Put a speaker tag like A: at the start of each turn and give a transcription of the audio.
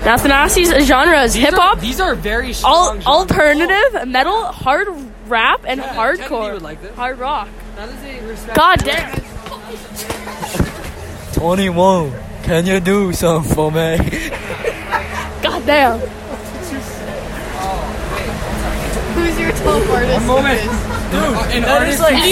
A: Now, Thanassi's genre is hip hop,
B: These are very
A: al-
B: strong. genres.
A: alternative, metal, hard rap, and
B: Yeah, Ted Lee
A: hardcore.
B: would like this.
A: Hard rock.
B: That is a respect-
A: God damn.
C: 21. Can you do something for me?
A: God damn.
D: Who's your top artist?
B: Moment. Dude, an artist
A: There's like